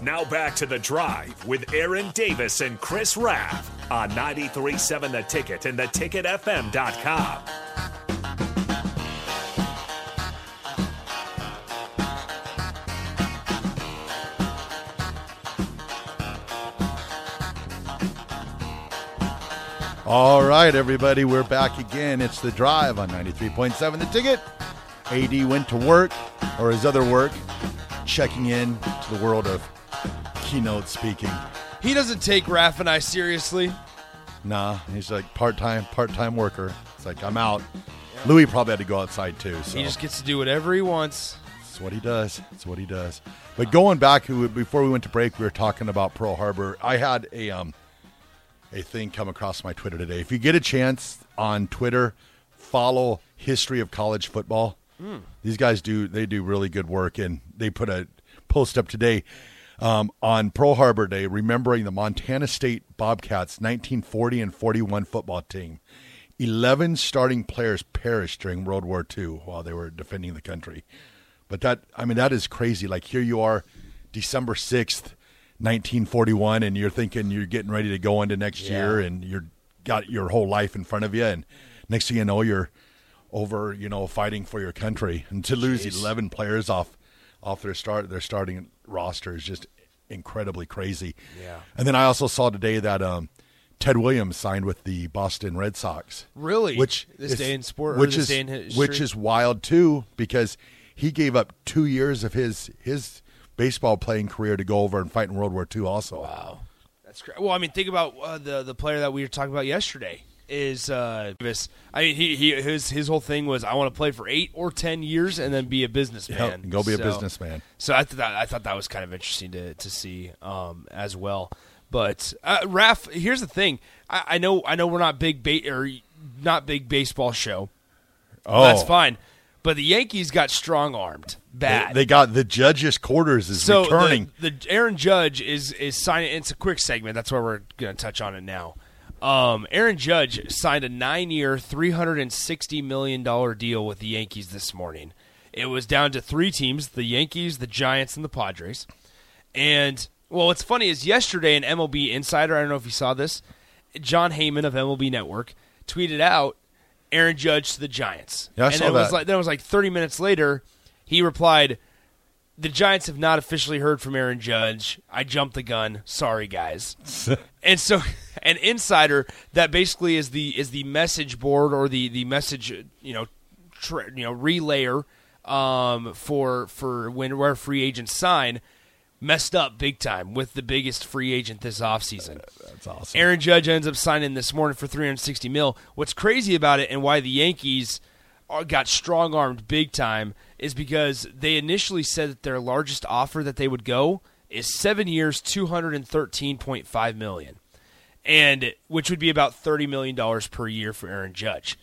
Now back to the drive with Aaron Davis and Chris Raff on 937 The Ticket and theticketfm.com. All right, everybody, we're back again. It's the drive on 93.7 The Ticket. AD went to work, or his other work, checking in to the world of keynote speaking. He doesn't take Raph and I seriously. Nah, he's like part time, part time worker. It's like, I'm out. Louis probably had to go outside too. So He just gets to do whatever he wants. That's what he does. That's what he does. But going back, we- before we went to break, we were talking about Pearl Harbor. I had a um, a thing come across my Twitter today. If you get a chance on Twitter, follow History of College Football. These guys do they do really good work, and they put a post up today um, on Pearl Harbor Day, remembering the Montana State Bobcats 1940 and 41 football team. Eleven starting players perished during World War II while they were defending the country. But that, I mean, that is crazy. Like here you are, December sixth, nineteen forty-one, and you're thinking you're getting ready to go into next year, and you're got your whole life in front of you, and next thing you know, you're over, you know, fighting for your country, and to lose eleven players off off their start their starting roster is just incredibly crazy. Yeah. And then I also saw today that um, Ted Williams signed with the Boston Red Sox. Really? Which This is- day in sport- or which this is day in history? which is wild too because he gave up two years of his his baseball playing career to go over and fight in World War II. Also, wow. That's great. Well, I mean, think about uh, the the player that we were talking about yesterday is uh, Davis. I mean, he, he his his whole thing was I want to play for eight or ten years and then be a businessman. Yep, go be a So- businessman. So I thought that, I thought that was kind of interesting to to see um, as well. But uh, Raph, here's the thing. I, I know I know we're not big ba- or not big baseball show. Oh, That's fine. But the Yankees got strong armed They, bad. they got the judges' quarters is so returning. The, the Aaron Judge is is signing. It's a quick segment. That's why we're going to touch on it now. Um, Aaron Judge signed a nine-year, three hundred and sixty million dollar deal with the Yankees this morning. It was down to three teams: the Yankees, the Giants, and the Padres. And well, what's funny is yesterday an MLB insider, I don't know if you saw this, John Heyman of MLB Network tweeted out Aaron Judge to the Giants. Yeah, I and saw it was that. like then it was like 30 minutes later, he replied, "The Giants have not officially heard from Aaron Judge. I jumped the gun. Sorry guys." and so an insider that basically is the is the message board or the the message, you know, tra- you know, relayer um for for when where free agents sign messed up big time with the biggest free agent this offseason. That's awesome. Aaron Judge ends up signing this morning for 360 mil. What's crazy about it and why the Yankees are, got strong armed big time is because they initially said that their largest offer that they would go is seven years, 213.5 million, and which would be about 30 million dollars per year for Aaron Judge.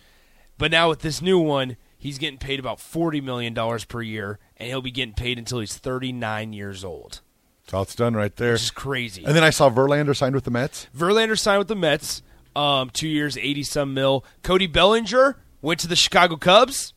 But now with this new one, he's getting paid about 40 million dollars per year, and he'll be getting paid until he's 39 years old. so it's done right there. Which is crazy. And then I saw Verlander signed with the Mets. Verlander signed with the Mets, um, two years, eighty some mil. Cody Bellinger went to the Chicago Cubs.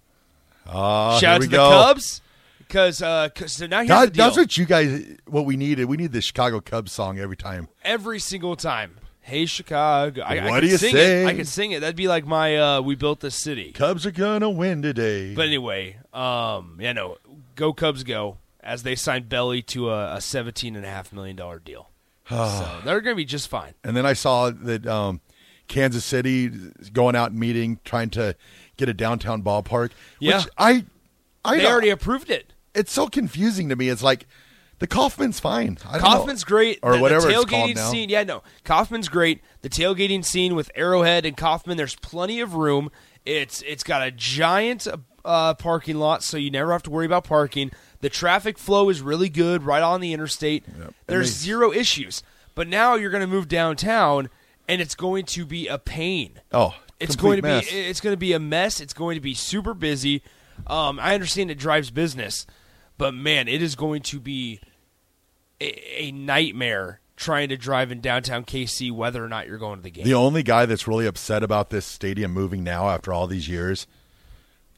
Uh, Shout here out we to the go. Cubs because uh, 'cause- so now here's the That, deal. that's what you guys, what we needed. We need the Chicago Cubs song every time. Every single time, hey Chicago, I, I What could do you sing It. I say? could sing it. That'd be like my uh, "We Built This City." Cubs are gonna win today. But anyway, um, yeah, no, go Cubs, go! As they signed Belly to a, a seventeen and a half million dollar deal, so they're going to be just fine. and then I saw that um, Kansas City is going out and meeting, trying to get a downtown ballpark. Yeah. which I, I They don't- already approved it. It's so confusing to me. It's like the Kaufman's fine. I don't know. Kaufman's great. or the, the whatever it's tailgating called now. scene, yeah, no, Kaufman's great. The tailgating scene with Arrowhead and Kaufman, there's plenty of room. It's it's got a giant uh, parking lot, so you never have to worry about parking. The traffic flow is really good right on the interstate. There's they- zero issues. But now you're going to move downtown, and it's going to be a pain. Oh, It's complete going to mess. be it's going to be a mess. It's going to be super busy. Um, I understand it drives business, but man, it is going to be a, a nightmare trying to drive in downtown KC whether or not you're going to the game. The only guy that's really upset about this stadium moving now after all these years,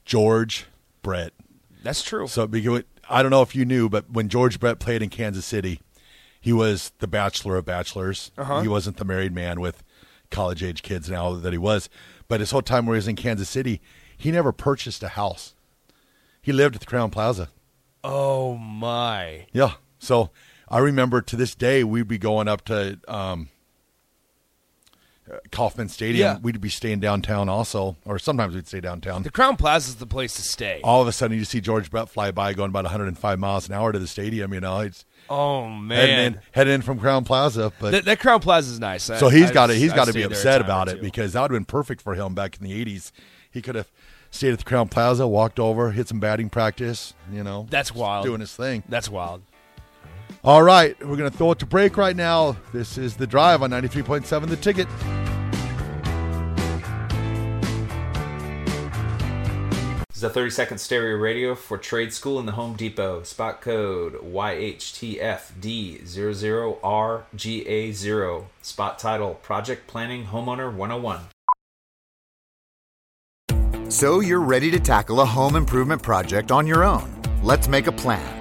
George Brett. That's true. So because I don't know if you knew, but when George Brett played in Kansas City, He was the bachelor of bachelors. Uh-huh. He wasn't the married man with college age kids now that he was. But his whole time where he was in Kansas City, he never purchased a house. He lived at the Crown Plaza. Oh my. Yeah. So I remember to this day we'd be going up to um, uh, Kauffman Stadium. Yeah. We'd be staying downtown also, or sometimes we'd stay downtown. The Crown Plaza is the place to stay. All of a sudden, you see George Brett fly by going about 105 miles an hour to the stadium. You know, it's Oh heading man. in, heading in from Crown Plaza. But That, that Crown Plaza is nice. I- so he's I- got to he's I got to stayed be there a upset time or about it two. because that would have been perfect for him back in the 80s. He could have stayed at the Crown Plaza, walked over, hit some batting practice. You know, That's wild. doing his thing. That's wild. All right, we're going to throw it to break right now. This is The Drive on 93.7 The Ticket. This is a 30 second stereo radio for Trade School in the Home Depot. Spot code YHTFD00RGA0. Spot title Project Planning Homeowner 101. So you're ready to tackle a home improvement project on your own. Let's make a plan.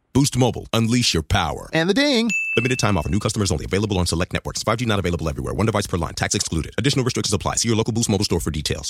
Boost Mobile, unleash your power. And the ding. Limited time offer, new customers only, available on select networks. 5G not available everywhere, one device per line, tax excluded. Additional restrictions apply. See your local Boost Mobile store for details.